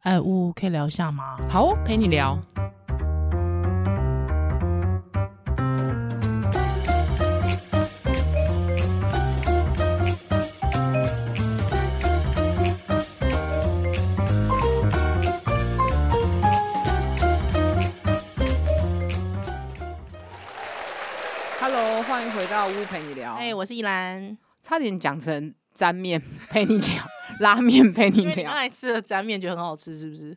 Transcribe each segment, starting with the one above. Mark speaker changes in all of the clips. Speaker 1: 哎，呜，可以聊一下吗？
Speaker 2: 好哦，陪你聊。Hello，欢迎回到屋陪你聊。
Speaker 1: 哎，我是依 兰，
Speaker 2: 差点讲成沾面 陪你聊，拉面陪你
Speaker 1: 因为你刚
Speaker 2: 聊，
Speaker 1: 才吃的沾面觉得很好吃，是不是？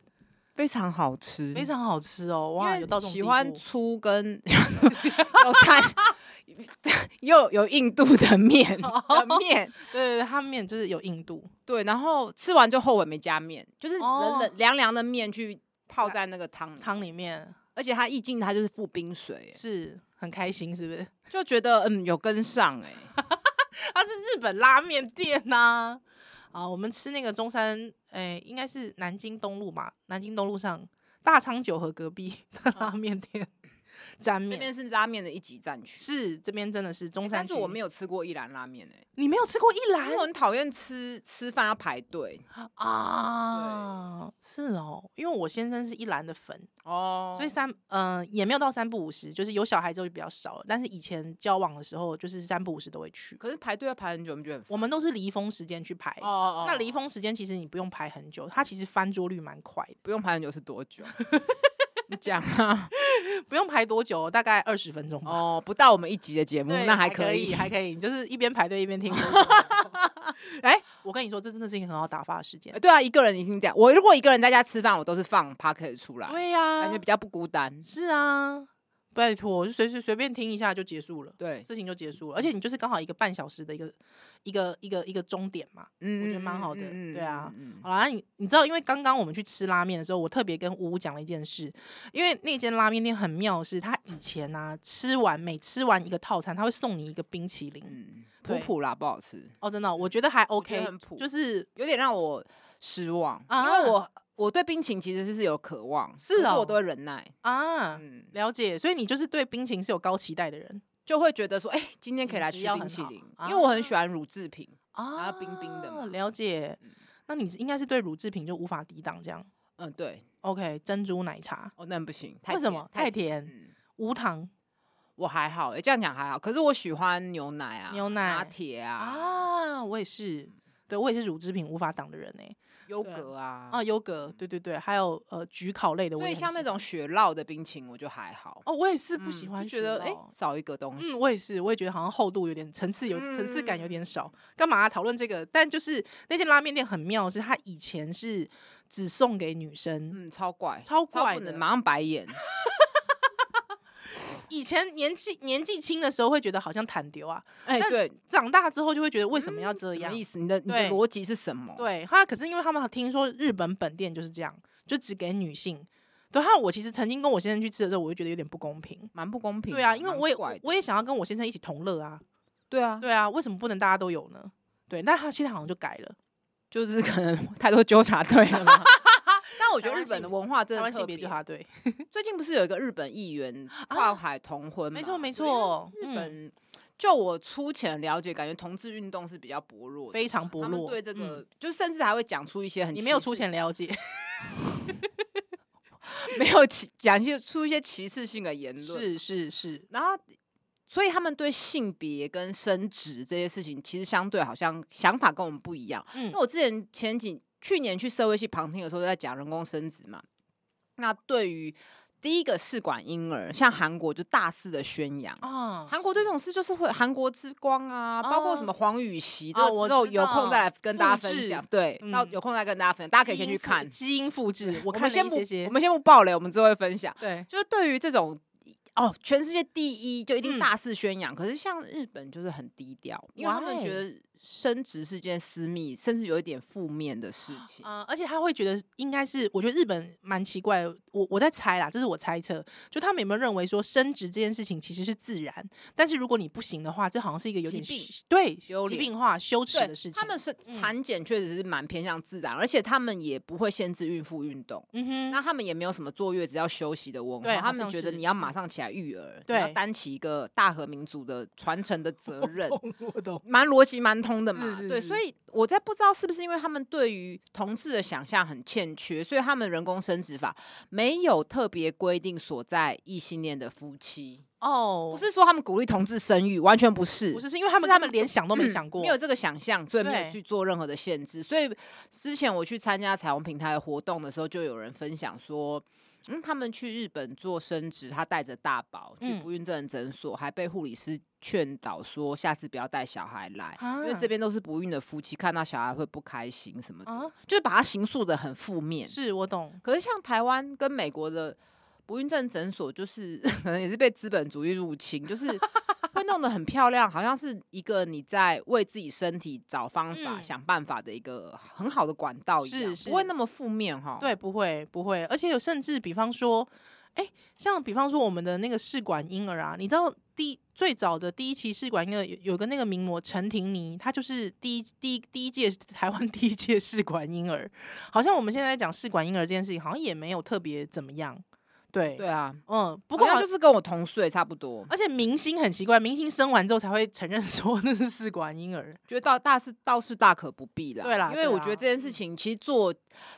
Speaker 2: 非常好吃，
Speaker 1: 非常好吃哦，哇，
Speaker 2: 因为
Speaker 1: 有到这种
Speaker 2: 喜
Speaker 1: 地步
Speaker 2: 欢粗跟 有碳又有印度的面
Speaker 1: 哦
Speaker 2: 的 面，
Speaker 1: 对对对，它面就是有硬度，
Speaker 2: 对，然后吃完就后悔没加面，就是冷
Speaker 1: 哦
Speaker 2: 冷凉凉的面去泡在那个汤里，
Speaker 1: 汤里面
Speaker 2: 而且它意境它就是附冰水，哎
Speaker 1: 是很开心，是不是？
Speaker 2: 就觉得嗯有跟上哎，
Speaker 1: 嗯它是日本拉面店呐、啊。我们吃那个中山，哎，应该是南京东路嘛，南京东路上大昌九和隔壁的拉面店，沾
Speaker 2: 这
Speaker 1: 面
Speaker 2: 边是拉面的一级战区，
Speaker 1: 是这边真的是中山
Speaker 2: 但
Speaker 1: 区，
Speaker 2: 是我没有吃过一兰拉面哎，
Speaker 1: 你没有吃过一兰
Speaker 2: 因为我很讨厌吃吃饭要排 队
Speaker 1: 啊？是哦，因为我先生是一兰的粉，
Speaker 2: 哦
Speaker 1: 所以三嗯、也没有到三不五十，就是有小孩之后就比较少了。但是以前交往的时候，就是三不五十都会去，
Speaker 2: 可是排队要排很久，你觉得很烦
Speaker 1: 我们都是离峰时间去排。
Speaker 2: 哦哦
Speaker 1: 那离峰时间其实你不用排很久，它其实翻桌率蛮快的，
Speaker 2: 不用排很久是多久？ 你讲啊，
Speaker 1: 不用排多久，大概二十分钟吧。
Speaker 2: 哦，不到我们一集的节目，
Speaker 1: 对
Speaker 2: 那
Speaker 1: 还
Speaker 2: 可
Speaker 1: 以，
Speaker 2: 以。
Speaker 1: 还可以，你就是一边排队一边听歌手。 哎、我跟你说，这真的是一个很好打发的时间
Speaker 2: 呃。对啊，一个人已经这样。我如果一个人在家吃饭，我都是放 p o c k e t 出来，
Speaker 1: 对呀、
Speaker 2: 感觉比较不孤单。
Speaker 1: 是啊，拜托，就随随随便听一下就结束了。
Speaker 2: 对，
Speaker 1: 事情就结束了，而且你就是刚好一个半小时的一个一个一个一个终点嘛。
Speaker 2: 嗯
Speaker 1: 我觉得蛮好的对啊
Speaker 2: 嗯嗯
Speaker 1: 好啦，那你你知道，因为刚刚我们去吃拉面的时候，我特别跟呜呜讲了一件事，因为那间拉面店很妙的是，他以前啊吃完每吃完一个套餐，他会送你一个冰淇淋。
Speaker 2: 嗯普
Speaker 1: 对
Speaker 2: 普啦，不好吃，
Speaker 1: 哦，真的哦、我觉得还
Speaker 2: 我觉
Speaker 1: OK，
Speaker 2: 得很普
Speaker 1: 就是
Speaker 2: 有点让我失望，因
Speaker 1: 啊
Speaker 2: 为我我对冰淇淋其实是有渴望，
Speaker 1: 是
Speaker 2: 可
Speaker 1: 哦
Speaker 2: 我都会忍耐，
Speaker 1: 啊，
Speaker 2: 嗯，
Speaker 1: 了解。所以你就是对冰淇淋是有高期待的人
Speaker 2: 就会觉得说，哎，今天可以
Speaker 1: 饮
Speaker 2: 来
Speaker 1: 食
Speaker 2: 吃
Speaker 1: 要
Speaker 2: 冰
Speaker 1: 很
Speaker 2: 淇
Speaker 1: 好
Speaker 2: 淋，
Speaker 1: 啊
Speaker 2: 因为我很喜欢乳制品，
Speaker 1: 啊
Speaker 2: 然后冰冰的嘛
Speaker 1: 了解
Speaker 2: 嗯。
Speaker 1: 那你应该是对乳制品就无法抵挡这样。
Speaker 2: 嗯，对，
Speaker 1: OK，珍珠奶茶
Speaker 2: 哦，那不行，太
Speaker 1: 为什
Speaker 2: 甜
Speaker 1: 么太？甜？
Speaker 2: 嗯。
Speaker 1: 无糖
Speaker 2: 我还好、欸，这样讲还好。可是我喜欢牛奶啊，
Speaker 1: 牛奶
Speaker 2: 拿铁啊，
Speaker 1: 啊，我也
Speaker 2: 嗯
Speaker 1: 是，对我也是乳制品无法挡的人呢、
Speaker 2: 优
Speaker 1: 对
Speaker 2: 格啊，
Speaker 1: 啊，优格，对对对，还有呃焗烤类的我
Speaker 2: 所
Speaker 1: 也很
Speaker 2: 以
Speaker 1: 喜
Speaker 2: 像
Speaker 1: 欢，
Speaker 2: 那种雪酪的冰淇淋，我就还好。
Speaker 1: 哦，我也是不
Speaker 2: 嗯
Speaker 1: 喜欢，
Speaker 2: 就觉得哎、少一个东西。
Speaker 1: 嗯，我也是，我也觉得好像厚度有点层次有层次感有
Speaker 2: 嗯
Speaker 1: 点少，干嘛啊、讨论这个？但就是那间拉面店很妙的是，它以前是只送给女生，
Speaker 2: 嗯，超怪，
Speaker 1: 超怪
Speaker 2: 不
Speaker 1: 的
Speaker 2: 能马上白 眼。
Speaker 1: 以前年纪年纪轻的时候会觉得好像坦丢啊，
Speaker 2: 哎、
Speaker 1: 但
Speaker 2: 对，
Speaker 1: 长大之后就会觉得为什么要这
Speaker 2: 嗯什
Speaker 1: 样
Speaker 2: 么？意思？你的你的
Speaker 1: 对
Speaker 2: 逻辑是什么？，
Speaker 1: 对，他可是因为他们听说日本本店就是这样，就只给女性。对，还有我其实曾经跟我先生去吃的时候，我就觉得有点不公平。
Speaker 2: 蛮不公平的。
Speaker 1: 对啊，因为我也
Speaker 2: 蛮怪
Speaker 1: 我
Speaker 2: 的
Speaker 1: 我也想要跟我先生一起同乐啊。
Speaker 2: 对啊，
Speaker 1: 对啊，为什么不能大家都有呢？对，但他现在好像就改了。
Speaker 2: 就是可能太多纠 察队了嘛。 但我觉
Speaker 1: 台
Speaker 2: 得
Speaker 1: 湾
Speaker 2: 日本
Speaker 1: 性
Speaker 2: 的文化
Speaker 1: 台
Speaker 2: 真的
Speaker 1: 湾
Speaker 2: 特
Speaker 1: 性
Speaker 2: 别
Speaker 1: 别纠察队，啊
Speaker 2: 最近不是有一个日本议员跨海同婚嘛、
Speaker 1: 没错没
Speaker 2: 对因为
Speaker 1: 错，
Speaker 2: 日
Speaker 1: 嗯
Speaker 2: 本，就我粗浅的了解，感觉同志运动是比较薄弱的，
Speaker 1: 非常薄
Speaker 2: 他们
Speaker 1: 弱。
Speaker 2: 对这个、
Speaker 1: 嗯
Speaker 2: 就甚至还会讲出一些很
Speaker 1: 你没有
Speaker 2: 歧
Speaker 1: 出
Speaker 2: 视，
Speaker 1: 钱了解，
Speaker 2: 没有歧讲一些出一些歧视性的言论，
Speaker 1: 是是是，
Speaker 2: 然后。所以他们对性别跟生殖这些事情，其实相对好像想法跟我们不一样。
Speaker 1: 嗯
Speaker 2: 那我之前前几去年去社会系旁听的时候，在讲人工生殖嘛。那对于第一个试管婴儿，像韩国就大肆的宣扬，
Speaker 1: 啊
Speaker 2: 嗯韩国对这种事哦就是会韩国之光啊，包括什
Speaker 1: 哦
Speaker 2: 么黄禹锡，这
Speaker 1: 哦
Speaker 2: 个
Speaker 1: 我
Speaker 2: 之后
Speaker 1: 知
Speaker 2: 有空再来跟大家
Speaker 1: 复制
Speaker 2: 分享。对，
Speaker 1: 嗯
Speaker 2: 到有空再跟大家分享，大家可以先去看。
Speaker 1: 基因复 制，我
Speaker 2: 我
Speaker 1: 看
Speaker 2: 们
Speaker 1: 了
Speaker 2: 先
Speaker 1: 一
Speaker 2: 不
Speaker 1: 些些
Speaker 2: 我。们先不爆雷，我们之后会分享。
Speaker 1: 对，
Speaker 2: 就是对于这种哦，全世界第一就一定
Speaker 1: 嗯
Speaker 2: 大肆宣扬，可是像日本就是很低调，因为他们
Speaker 1: Why？
Speaker 2: 觉得生殖是件私密，甚至有一点负面的事情。
Speaker 1: 呃，而且他会觉得应该是，我觉得日本蛮奇怪的，我我在猜啦，这是我猜测，就他们有没有认为说生殖这件事情其实是自然，但是如果你不行的话，这好像是一个有
Speaker 2: 疾
Speaker 1: 点
Speaker 2: 病
Speaker 1: 虚对
Speaker 2: 丢
Speaker 1: 疾
Speaker 2: 脸
Speaker 1: 病化、羞耻
Speaker 2: 对
Speaker 1: 的事，情。
Speaker 2: 他们是产检确实是蛮偏向自然，而且他们也不会限制孕妇运动。
Speaker 1: 嗯
Speaker 2: 那他们也没有什么坐月子要休息的文
Speaker 1: 对
Speaker 2: 化，他
Speaker 1: 好
Speaker 2: 们
Speaker 1: 像
Speaker 2: 觉得
Speaker 1: 是
Speaker 2: 你要马上起来育儿，
Speaker 1: 嗯
Speaker 2: 你
Speaker 1: 对
Speaker 2: 要担起一个大和民族的传承的责任，
Speaker 1: 哼，我懂，
Speaker 2: 蛮逻辑蛮通的嘛。
Speaker 1: 是是
Speaker 2: 对，
Speaker 1: 是
Speaker 2: 所以我在不知道是不是因为他们对于同志的想象很欠缺，所以他们人工生殖法没有特别规定所在异性恋的夫妻。
Speaker 1: 哦，
Speaker 2: 不是说他们鼓励同志生育，完全不是，
Speaker 1: 不是，是因为他们
Speaker 2: 是他
Speaker 1: 根本
Speaker 2: 们
Speaker 1: 连想都没
Speaker 2: 嗯
Speaker 1: 想过，
Speaker 2: 没有这个想象，所以没
Speaker 1: 对
Speaker 2: 有去做任何的限制。所以之前我去参加彩虹平台的活动的时候，就有人分享说，嗯，他们去日本做生殖，他带着大宝去
Speaker 1: 嗯
Speaker 2: 不孕症诊所，还被护理师劝导说，下次不要带小孩来。
Speaker 1: 啊，
Speaker 2: 因为这边都是不孕的夫妻，看到小孩会不开心什么的，
Speaker 1: 啊，
Speaker 2: 就是把它形塑的很负面。
Speaker 1: 是我懂，
Speaker 2: 可是像台湾跟美国的不孕症诊所，就是 可能也是被资本主义入侵，就是 会弄得很漂亮，好像是一个你在为自己身体找方法、
Speaker 1: 嗯
Speaker 2: 想办法的一个很好的管道一样，
Speaker 1: 是
Speaker 2: 不会
Speaker 1: 是
Speaker 2: 那么负面哈。
Speaker 1: 对，不会不会，而且有甚至比方说，哎、像比方说我们的那个试管婴儿啊，你知道第最早的第一期试管婴儿有有个那个名模陈婷妮，她就是第一第一第一届台湾 第一届试管婴儿，好像我们现在讲试管婴儿这件事情，好像也没有特别怎么样，对，
Speaker 2: 对啊，
Speaker 1: 嗯，不
Speaker 2: 不
Speaker 1: 过
Speaker 2: 过
Speaker 1: 好
Speaker 2: 就是跟我同岁差不多，
Speaker 1: 而且明星很奇怪，明星生完之后才会承认说 那是试管婴儿。
Speaker 2: 觉得倒大是倒是大可不必啦。
Speaker 1: 对啦
Speaker 2: 因为
Speaker 1: 对
Speaker 2: 我
Speaker 1: 啦嗯
Speaker 2: 觉得这件事情其实做，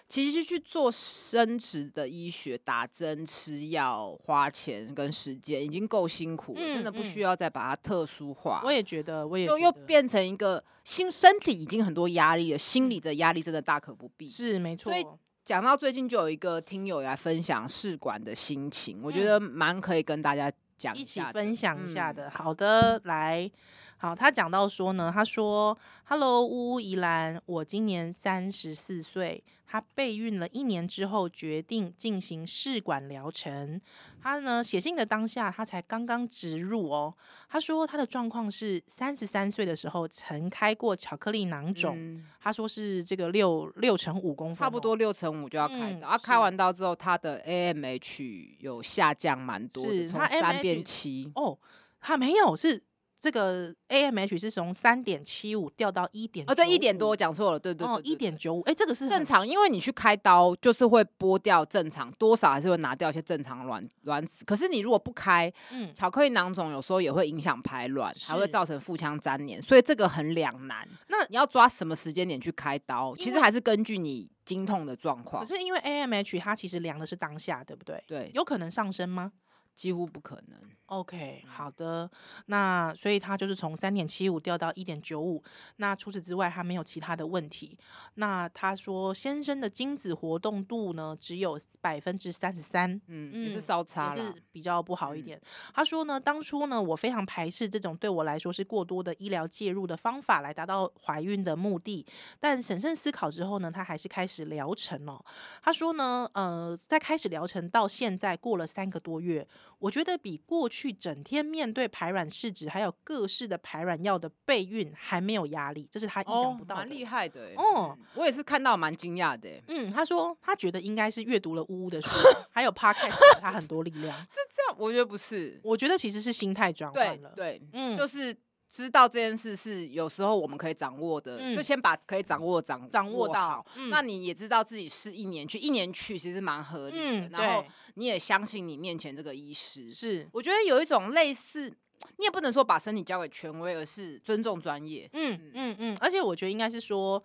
Speaker 2: 其实去做生殖的医学，打针、吃药、花钱跟时间已经够辛苦了，真的
Speaker 1: 嗯
Speaker 2: 不需
Speaker 1: 嗯
Speaker 2: 要再把它特殊化。
Speaker 1: 我也觉得，我也
Speaker 2: 啊就
Speaker 1: 觉
Speaker 2: 又
Speaker 1: 得
Speaker 2: 变成一个心身体已经很多压力了，心理的压力真的大可不必。
Speaker 1: 嗯是没错
Speaker 2: 所，以讲到最近就有一个听友来分享试管的心情，我觉得蛮可以跟大家讲
Speaker 1: 嗯一起
Speaker 2: 下的
Speaker 1: 分享一下
Speaker 2: 嗯
Speaker 1: 的。好的，来，好，他讲到说呢，他说：“Hello，呜呜宜兰，我今年三十四岁，她备孕了一年之后，决定进行试管疗程。她呢写信的当下，她才刚刚植入哦。她说她的状况是三十三岁的时候曾开过巧克力囊肿，
Speaker 2: 嗯
Speaker 1: 她说是这个六六乘五公分、哦
Speaker 2: 差不多。”六成五就要开
Speaker 1: 嗯
Speaker 2: 刀，啊，
Speaker 1: 是
Speaker 2: 开完刀之后，它的 AMH 有下降蛮多的，
Speaker 1: 是
Speaker 2: 从
Speaker 1: 它
Speaker 2: 三
Speaker 1: AMH
Speaker 2: 变七，
Speaker 1: 哦，他没有是这个 AMH 是从三点七五掉到一点
Speaker 2: 哦，对，一点多，我讲错了，对对
Speaker 1: 哦
Speaker 2: 对，
Speaker 1: 一
Speaker 2: 对
Speaker 1: 点九五，哎，这个是
Speaker 2: 正
Speaker 1: 很
Speaker 2: 常，因为你去开刀就是会剥掉正常多少，还是会拿掉一些正常卵卵子。可是你如果不开，
Speaker 1: 嗯
Speaker 2: 巧克力囊肿有时候也会影响排卵，还会
Speaker 1: 是
Speaker 2: 造成腹腔粘连，所以这个很两难。
Speaker 1: 那
Speaker 2: 你要抓什么时间点去开刀？其
Speaker 1: 因
Speaker 2: 实
Speaker 1: 为
Speaker 2: 还是根据你经痛的状
Speaker 1: 可
Speaker 2: 况，
Speaker 1: 是因为 AMH 它其实量的是当下，对不对？
Speaker 2: 对，
Speaker 1: 有可能上升吗嗯
Speaker 2: 几乎不可能。
Speaker 1: ？OK，好的，那所以它就是从三点七五掉到一点九五。那除此之外，它没有其他的问题。那他说，先生的精子活动度呢，只有百分之三十三，
Speaker 2: 嗯，也
Speaker 1: 嗯
Speaker 2: 是稍差
Speaker 1: 也
Speaker 2: 了
Speaker 1: 是。比较不好一
Speaker 2: 嗯
Speaker 1: 点。他说呢，当初呢，我非常排斥这种对我来说是过多的医疗介入的方法来达到怀孕的目的，但审慎思考之后呢，他还是开始疗程哦。他说呢，呃，在开始疗程到现在过了三个多月，我觉得比过去整天面对排卵试纸还有各式的排卵药的备孕还没有压力，这是他意想不到的。
Speaker 2: 哦蛮厉害的、欸、
Speaker 1: 哦
Speaker 2: 嗯我也是看到蛮惊讶的、欸。
Speaker 1: 嗯，他说他觉得应该是阅读了呜呜的书， 还有 podcast 给他很多力量。
Speaker 2: 是这样，我觉得不是，
Speaker 1: 我觉得其实是心态转
Speaker 2: 对
Speaker 1: 换了。
Speaker 2: 对，
Speaker 1: 嗯，
Speaker 2: 就是知道这件事是有时候我们可以掌握的，
Speaker 1: 嗯
Speaker 2: 就先把可以掌握掌
Speaker 1: 掌握到
Speaker 2: 好。。
Speaker 1: 嗯
Speaker 2: 那你也知道自己是一年去，一年去其实蛮合理的。
Speaker 1: 嗯，
Speaker 2: 然后
Speaker 1: 对
Speaker 2: 你也相信你面前这个医师。
Speaker 1: 是
Speaker 2: 我觉得有一种类似，你也不能说把身体交给权威，而是尊重专业。
Speaker 1: 嗯嗯嗯，而且我觉得应该是说。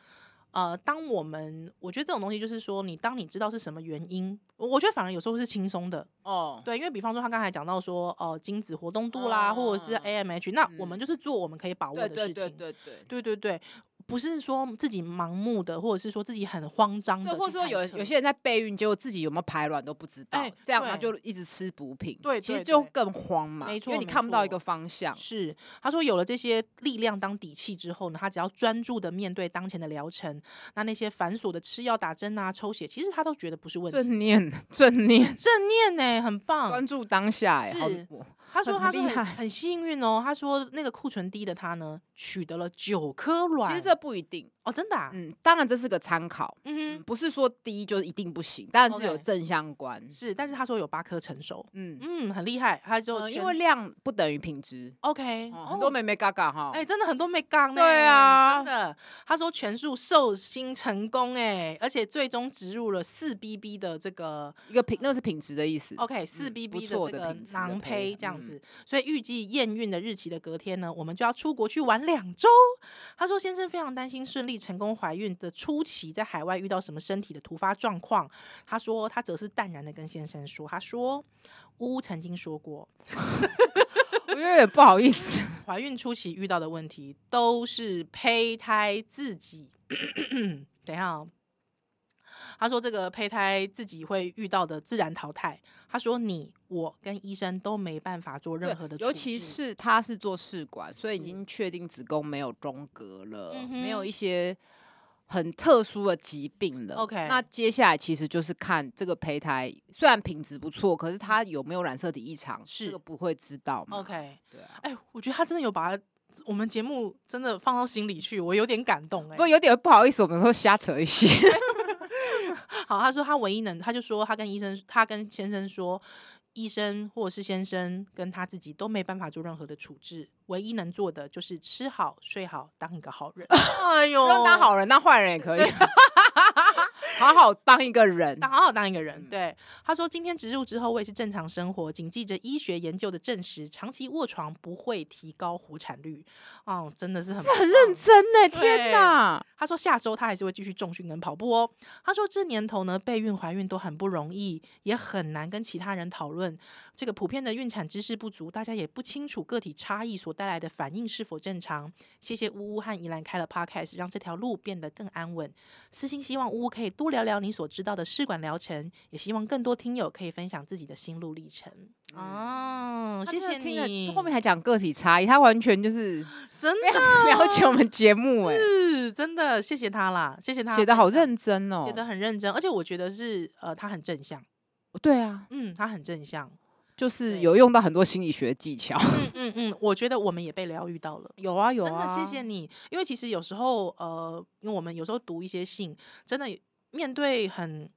Speaker 1: 呃，当我们我觉得这种东西就是说，你当你知道是什么原因，我我觉得反而有时候是轻松的，
Speaker 2: 哦，
Speaker 1: 对，因为比方说他刚才讲到说，呃，精子活动度啦，或者是
Speaker 2: 啊
Speaker 1: AMH，那我们
Speaker 2: 嗯
Speaker 1: 就是做我们可以把握
Speaker 2: 对
Speaker 1: 的
Speaker 2: 对
Speaker 1: 事
Speaker 2: 对
Speaker 1: 情，
Speaker 2: 对对。
Speaker 1: 对对对，不是说自己盲目的，或者是说自己很慌张的
Speaker 2: 对，
Speaker 1: 去猜测，
Speaker 2: 或者说有有些人在备孕，结果自己有没有排卵都不知道，
Speaker 1: 哎
Speaker 2: 这样他
Speaker 1: 对
Speaker 2: 就一直吃补品，
Speaker 1: 对
Speaker 2: 其实
Speaker 1: 对
Speaker 2: 就
Speaker 1: 对
Speaker 2: 更慌嘛，
Speaker 1: 没
Speaker 2: 因
Speaker 1: 错
Speaker 2: 为你
Speaker 1: 没
Speaker 2: 看不到一
Speaker 1: 错
Speaker 2: 个方向。
Speaker 1: 是，他说有了这些力量当底气之后呢，他只要专注的面对当前的疗程，那那些繁琐的吃药、打针啊、抽血，其实他都觉得不是问题。
Speaker 2: 正念， 正念，
Speaker 1: 正念呢、很棒。
Speaker 2: 专注当下、哎，好
Speaker 1: 是
Speaker 2: 我
Speaker 1: 他说
Speaker 2: 很
Speaker 1: 他说
Speaker 2: 厉
Speaker 1: 很
Speaker 2: 害
Speaker 1: 很幸运哦，他说那个库存低的他呢，取得了九颗卵。
Speaker 2: 其实这不一定，
Speaker 1: 哦，真的、啊，嗯
Speaker 2: 嗯，当然这是个参考，嗯，
Speaker 1: 哼，
Speaker 2: 不是说第一就是一定不行，当然是有
Speaker 1: OK
Speaker 2: 正相关，
Speaker 1: 是，但是他说有八颗成熟，
Speaker 2: 嗯，
Speaker 1: 嗯，很厉害。他就、
Speaker 2: 呃因为量不等于品质，
Speaker 1: OK，、
Speaker 2: 哦很多
Speaker 1: 没
Speaker 2: 妹妹嘎嘎哈，
Speaker 1: 哎、真的很多没杠呢。
Speaker 2: 对啊
Speaker 1: 真的，他说全数受精成功哎、而且最终植入了四 BB 的这个
Speaker 2: 一个品那是品质的意思，
Speaker 1: OK，四
Speaker 2: 嗯
Speaker 1: BB
Speaker 2: 不
Speaker 1: 的
Speaker 2: 错
Speaker 1: 这
Speaker 2: 的
Speaker 1: 个
Speaker 2: 品质的
Speaker 1: 囊
Speaker 2: 胚
Speaker 1: 胚这样
Speaker 2: 嗯
Speaker 1: 子，所以预计验孕的日期的隔天呢，我们就要出国去玩两周。他说，先生非常担心顺利丽成功怀孕的初期，在海外遇到什么身体的突发状况？她说，她则是淡然的跟先生说，她说，呜呜曾经说过，
Speaker 2: 我有点不好 意思。
Speaker 1: 怀孕初期遇到的问题都是胚胎自己。 等一下、哦，他说这个胚胎自己会遇到的自然淘汰。他说你我跟医生都没办法做任何的处置，嗯
Speaker 2: 尤其是他是做试管，所以
Speaker 1: 是
Speaker 2: 已经确定子宫没有中隔了，
Speaker 1: 嗯哼
Speaker 2: 没有一些很特殊的疾病了。
Speaker 1: OK
Speaker 2: 那接下来其实就是看这个胚胎，虽然品质不错，可是它有没有染色体异常，
Speaker 1: 是
Speaker 2: 这个不会知道嘛
Speaker 1: OK。
Speaker 2: 对啊，
Speaker 1: 哎、我觉得他真的有把他我们节目真的放到心里去，我有点感动哎、
Speaker 2: 不过有点不好意思，我们说瞎扯一些。
Speaker 1: 好，他说他唯一能，他就说他跟医生，他跟先生说，医生或者是先生跟他自己都没办法做任何的处置，唯一能做的就是吃好睡好，当一个好人。 哎呦
Speaker 2: 不用当，好人，当坏人也可以。好好当一个人，
Speaker 1: 当好好当一个人。
Speaker 2: 嗯
Speaker 1: 对，他说今天植入之后，我也是正常生活，谨记着医学研究的证实，长期卧床不会提高活产率。哦，真的是很
Speaker 2: 很认真呢、
Speaker 1: 对
Speaker 2: 天哪！
Speaker 1: 他说下周他还是会继续重训跟跑步哦。他说这年头呢，备孕怀孕都很不容易，也很难跟其他人讨论。这个普遍的孕产知识不足，大家也不清楚个体差异所带来的反应是否正常。谢谢呜呜和宜兰开了 podcast，让这条路变得更安稳。私心希望呜呜可以多聊聊你所知道的试管疗程，也希望更多听友可以分享自己的心路历程。哦，
Speaker 2: 他
Speaker 1: 谢
Speaker 2: 嗯真的
Speaker 1: 谢
Speaker 2: 听了
Speaker 1: 你。
Speaker 2: 后面哎还讲个体差异，他完全就是
Speaker 1: 真
Speaker 2: 非常了解我们节目哎、
Speaker 1: 是真的，谢谢他啦，谢谢他
Speaker 2: 写的好
Speaker 1: 分享
Speaker 2: 认真哦、
Speaker 1: 写的很认真，而且我觉得是呃，他很正向，
Speaker 2: 对啊，
Speaker 1: 嗯，他很正向，
Speaker 2: 就是
Speaker 1: 对
Speaker 2: 有用到很多心理学技巧。
Speaker 1: 嗯嗯嗯，我觉得我们也被疗愈到了。
Speaker 2: 有啊有
Speaker 1: 真的谢谢你，因为其实有时候，呃，因为我们有时候读一些信，真的面对很，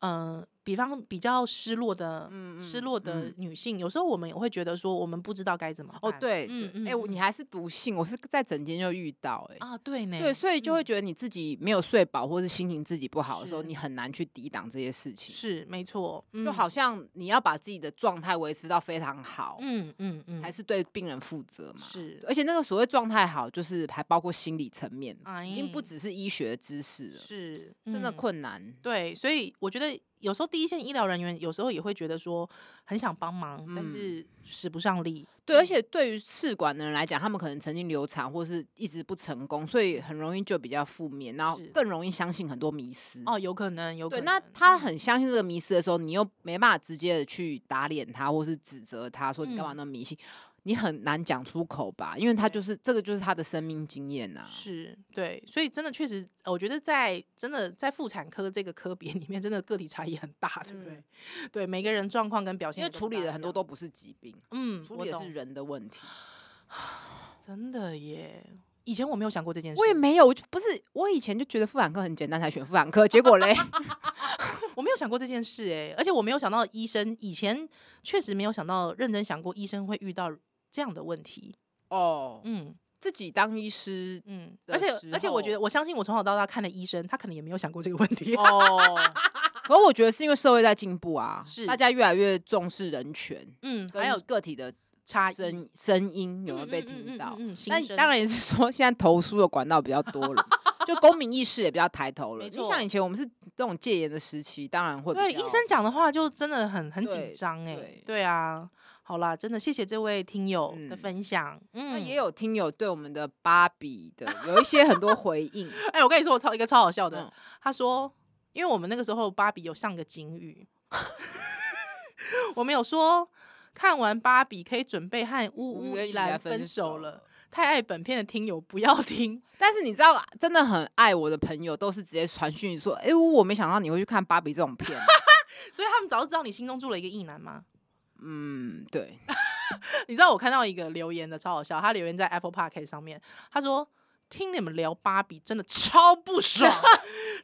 Speaker 1: 呃，比方比较失落的、
Speaker 2: 嗯
Speaker 1: 失
Speaker 2: 嗯
Speaker 1: 落的
Speaker 2: 嗯
Speaker 1: 女性，有时候我们也会觉得说，我们不知道该怎么
Speaker 2: 哦，
Speaker 1: 办
Speaker 2: 对，
Speaker 1: 嗯嗯，
Speaker 2: 哎、我
Speaker 1: 嗯
Speaker 2: 你还是读信，我是在整间就遇到哎、
Speaker 1: 啊，对呢，
Speaker 2: 对，所以就
Speaker 1: 嗯
Speaker 2: 会觉得你自己没有睡饱，或是心情自己不好的时候，
Speaker 1: 是
Speaker 2: 你很难去抵挡这些事情。
Speaker 1: 是没错，
Speaker 2: 就
Speaker 1: 嗯
Speaker 2: 好，像你要把自己的状态维持到非常好，
Speaker 1: 嗯嗯嗯，
Speaker 2: 才是对病人负责嘛。
Speaker 1: 是，
Speaker 2: 而且那个所谓状态好，就是还包括心理层面，
Speaker 1: 哎
Speaker 2: 已经不只是医学知识了，
Speaker 1: 是
Speaker 2: 真的
Speaker 1: 嗯
Speaker 2: 困难。
Speaker 1: 对，所以我觉得有时候第一线医疗人员有时候也会觉得说很想帮忙，但
Speaker 2: 嗯
Speaker 1: 是使不上力。
Speaker 2: 对，而且对于试管的人来讲，他们可能曾经流产或是一直不成功，所以很容易就比较负面，然后
Speaker 1: 是
Speaker 2: 更容易相信很多迷思。
Speaker 1: 哦，有可能，有可
Speaker 2: 对，
Speaker 1: 能。
Speaker 2: 那他
Speaker 1: 嗯
Speaker 2: 很相信这个迷失的时候，你又没办法直接的去打脸他，或是指责他说你干嘛
Speaker 1: 嗯
Speaker 2: 那么迷信，你很难讲出口吧？因为他
Speaker 1: 对
Speaker 2: 就是这个就是他的生命经验呐、
Speaker 1: 是对，所以真的确实，呃我觉得在真的在妇产科这个科别里面，真的个体差异很大，对不对？对，每个人状况跟表现
Speaker 2: 嗯因为
Speaker 1: 都不
Speaker 2: 处理
Speaker 1: 大
Speaker 2: 的
Speaker 1: 一
Speaker 2: 很多
Speaker 1: 样
Speaker 2: 都不是疾病，
Speaker 1: 嗯，
Speaker 2: 处
Speaker 1: 我
Speaker 2: 理的是
Speaker 1: 懂
Speaker 2: 人的问题。
Speaker 1: 真的耶。以前我没有想过这件事，
Speaker 2: 我也没有，我就不是我以前就觉得妇产科很简单才选妇产科，结果嘞，
Speaker 1: 我没有想过这件事哎、而且我没有想到医生以前确实没有想到认真想过医生会遇到这样的问题，
Speaker 2: 哦，
Speaker 1: 嗯。
Speaker 2: 自己当医师
Speaker 1: 嗯，
Speaker 2: 的
Speaker 1: 而且
Speaker 2: 时
Speaker 1: 而且，我觉得
Speaker 2: 候
Speaker 1: 我相信我从小到大看的医生，他可能也没有想过这个问题。
Speaker 2: 哦。 可我觉得是因为社会在进步啊，
Speaker 1: 是
Speaker 2: 大家越来越重视人权，
Speaker 1: 嗯，还
Speaker 2: 还有
Speaker 1: 有
Speaker 2: 个体的
Speaker 1: 差异
Speaker 2: 声声音有没有被
Speaker 1: 嗯嗯
Speaker 2: 听
Speaker 1: 嗯
Speaker 2: 到？
Speaker 1: 嗯嗯
Speaker 2: 那
Speaker 1: 心声
Speaker 2: 当然也是说，现在投诉的管道比较多了，就公民意识也比较抬头了。
Speaker 1: 没
Speaker 2: 你
Speaker 1: 错
Speaker 2: 像以前我们是这种戒严的时期，当然会比
Speaker 1: 对
Speaker 2: 较
Speaker 1: 医生讲的话就真的很很紧
Speaker 2: 对
Speaker 1: 张哎、
Speaker 2: 对
Speaker 1: 对啊，好啦，真的谢谢这位听友的
Speaker 2: 嗯
Speaker 1: 分享。嗯，
Speaker 2: 那也有听友对我们的芭比的有一些很多回应，
Speaker 1: 哎、我跟你说，我超一个超好笑的，
Speaker 2: 嗯
Speaker 1: 他说，因为我们那个时候芭比有上个警 语，我们有说看完芭比可以准备和乌乌
Speaker 2: 跟
Speaker 1: 依
Speaker 2: 来
Speaker 1: 兰分手了，。太爱本片的听友不要听，
Speaker 2: 但是你知道，真的很爱我的朋友都是直接传讯说：“哎、我没想到你会去看芭比这种片。
Speaker 1: 所以他们早就知道你心中住了一个意男吗？”
Speaker 2: 嗯，对，
Speaker 1: 你知道我看到一个留言的超好笑，他留言在 Apple Park 上面，他说听你们聊芭比真的超不爽，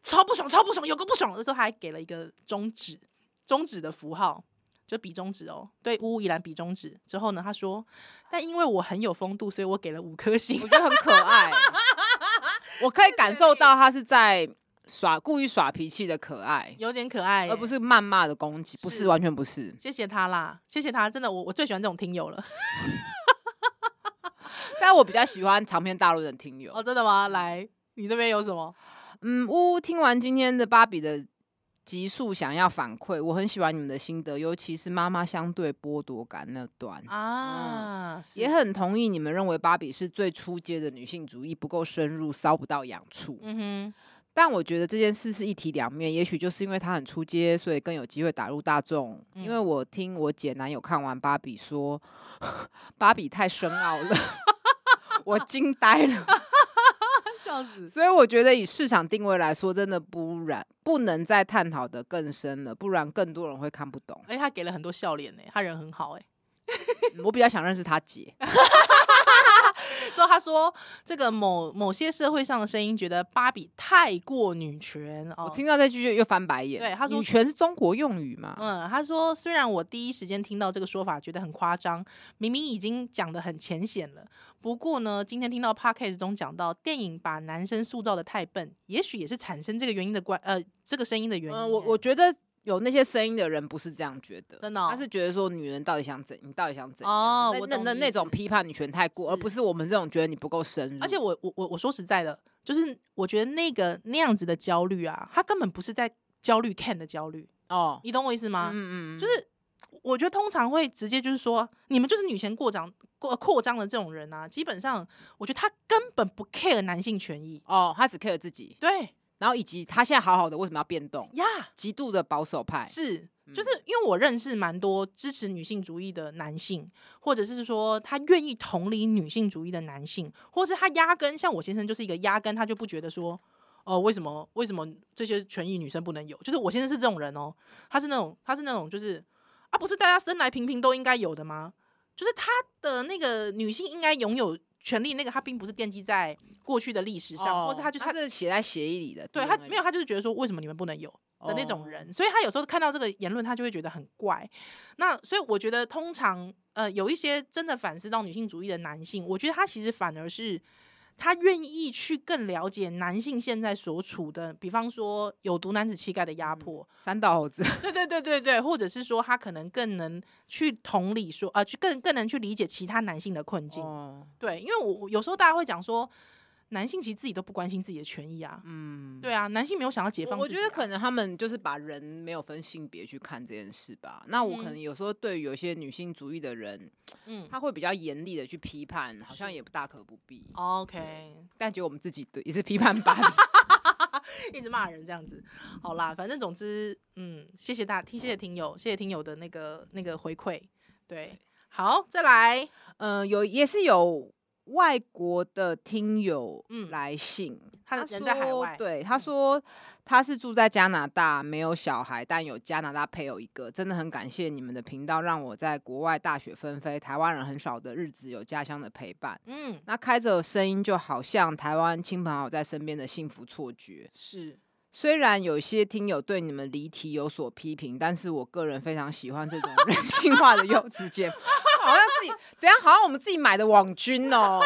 Speaker 1: 超不爽，超不爽，有个不爽的时候他还给了一个中指，中指的符号。就比中指哦，对，乌依兰比中指之后呢，他说，但因为我很有风度，所以我给了五颗星
Speaker 2: 我。觉得很可爱，我可以感受到他是在耍故意耍脾气的可爱。
Speaker 1: 有点可爱欸、
Speaker 2: 而不是谩骂的攻击，不是，
Speaker 1: 是
Speaker 2: 完全不是。
Speaker 1: 谢谢他啦，谢谢他，真的，我我最喜欢这种听友了。
Speaker 2: 但我比较喜欢长篇大论的听友，
Speaker 1: 哦哦，真的吗？来，你那边有什么？
Speaker 2: 嗯，呜，听完今天的芭比的集数，想要反馈，我很喜欢你们的心得，尤其是妈妈相对剥夺感那段。
Speaker 1: 啊，是
Speaker 2: 也，很同意你们认为芭比是最初阶的女性主义不够深入，搔不到痒处。
Speaker 1: 嗯哼，
Speaker 2: 但我觉得这件事是一体两面，也许就是因为它很出街，所以更有机会打入大众。
Speaker 1: 嗯
Speaker 2: 因为我听我姐男友看完芭比说， 芭比太深奥了， 我惊呆 了。
Speaker 1: 笑死，
Speaker 2: 所以我觉得以市场定位来说，真的不然不能再探讨的更深了，不然更多人会看不 懂。
Speaker 1: 而且他给了很多笑脸呢，他人很好哎。
Speaker 2: 我比较想认识他姐，
Speaker 1: 之后他说，这个某某些社会上的声音觉得芭比太过女权哦
Speaker 2: 我。听到这句就又翻白眼。
Speaker 1: 对她说
Speaker 2: 女权是中国用语嘛？
Speaker 1: 嗯，他说，虽然我第一时间听到这个说法觉得很夸张，明明已经讲得很浅显了，不过呢，今天听到 podcast 中讲到电影把男生塑造的太笨，也许也是产生这个原因的关呃这个声音的原因欸。
Speaker 2: 嗯，我我觉得有那些声音的人不是这样觉得，
Speaker 1: 真的哦
Speaker 2: 他是觉得说女人到底想怎，你到底想怎样？
Speaker 1: 哦
Speaker 2: 那
Speaker 1: 我
Speaker 2: 那
Speaker 1: 懂
Speaker 2: 那
Speaker 1: 你
Speaker 2: 那
Speaker 1: 意
Speaker 2: 种
Speaker 1: 思
Speaker 2: 批判女权太过，而
Speaker 1: 是
Speaker 2: 不是我们这种觉得你不够深入。
Speaker 1: 而且我我我我说实在的，就是我觉得那个那样子的焦虑啊，他根本不是在焦虑 Ken 的焦虑，
Speaker 2: 哦，
Speaker 1: 你懂我意思吗？
Speaker 2: 嗯嗯，
Speaker 1: 就是是我觉得通常会直接就是说，你们就是女权过长过扩张的这种人啊，基本上我觉得他根本不 care 男性权益，
Speaker 2: 哦，他只 care 自己，
Speaker 1: 对
Speaker 2: 然后以及他现在好好的为什么要变动？
Speaker 1: 呀
Speaker 2: 极度的保守派，
Speaker 1: 是。
Speaker 2: 嗯
Speaker 1: 就是因为我认识蛮多支持女性主义的男性，或者是说他愿意同理女性主义的男性，或是他压根像我先生就是一个压根他就不觉得说，哦、为什么为什么这些权益女生不能有？就是我先生是这种人哦，他是那种他是那种就是啊，不是大家生来平平都应该有的吗？就是他的那个女性应该拥有权利，那个他并不是奠基在过去的历史上，
Speaker 2: 哦
Speaker 1: 或是他就
Speaker 2: 他是写在协议里的，
Speaker 1: 对他没有，他就是觉得说为什么你们不能有的那
Speaker 2: 哦
Speaker 1: 种人，所以他有时候看到这个言论，他就会觉得很怪。那所以我觉得，通常呃，有一些真的反思到女性主义的男性，我觉得他其实反而是他愿意去更了解男性现在所处的，比方说有毒男子气概的
Speaker 2: 嗯
Speaker 1: 压迫，
Speaker 2: 三道猴子，
Speaker 1: 对对对对对，或者是说他可能更能去同理说，呃，去更更能去理解其他男性的困境。
Speaker 2: 哦，
Speaker 1: 对，因为我我有时候大家会讲说，男性其实自己都不关心自己的权益啊。
Speaker 2: 嗯，
Speaker 1: 对啊，男性没有想要解
Speaker 2: 我
Speaker 1: 放
Speaker 2: 我
Speaker 1: 自
Speaker 2: 觉
Speaker 1: 己
Speaker 2: 得
Speaker 1: 啊
Speaker 2: 可能他们就是把人没有分性别去看这件事吧。那我可能有时候对于有些女性主义的人，
Speaker 1: 嗯
Speaker 2: 他会比较严厉的去批判，好像也不大可不必。
Speaker 1: 啊，OK，
Speaker 2: 但觉得我们自己对也是批判 吧。
Speaker 1: 一直骂人这样子，好啦，反正总之，嗯，谢谢大，听谢谢听友，谢谢听友的那个那个回馈，对，好，再来，
Speaker 2: 嗯、有也是有外国的听友
Speaker 1: 嗯
Speaker 2: 来信，
Speaker 1: 他人在海
Speaker 2: 说
Speaker 1: 外，嗯
Speaker 2: 对，他说他是住在加拿大，没有小孩，但有加拿大配偶一个。真的很感谢你们的频道，让我在国外大雪纷飞、台湾人很少的日子有家乡的陪伴。
Speaker 1: 嗯，
Speaker 2: 那开着声音就好像台湾亲朋好友在身边的幸福错觉。
Speaker 1: 是，
Speaker 2: 虽然有些听友对你们离题有所批评，但是我个人非常喜欢这种人性化的优质节目。好像自己怎样？好像我们自己买的网军哦，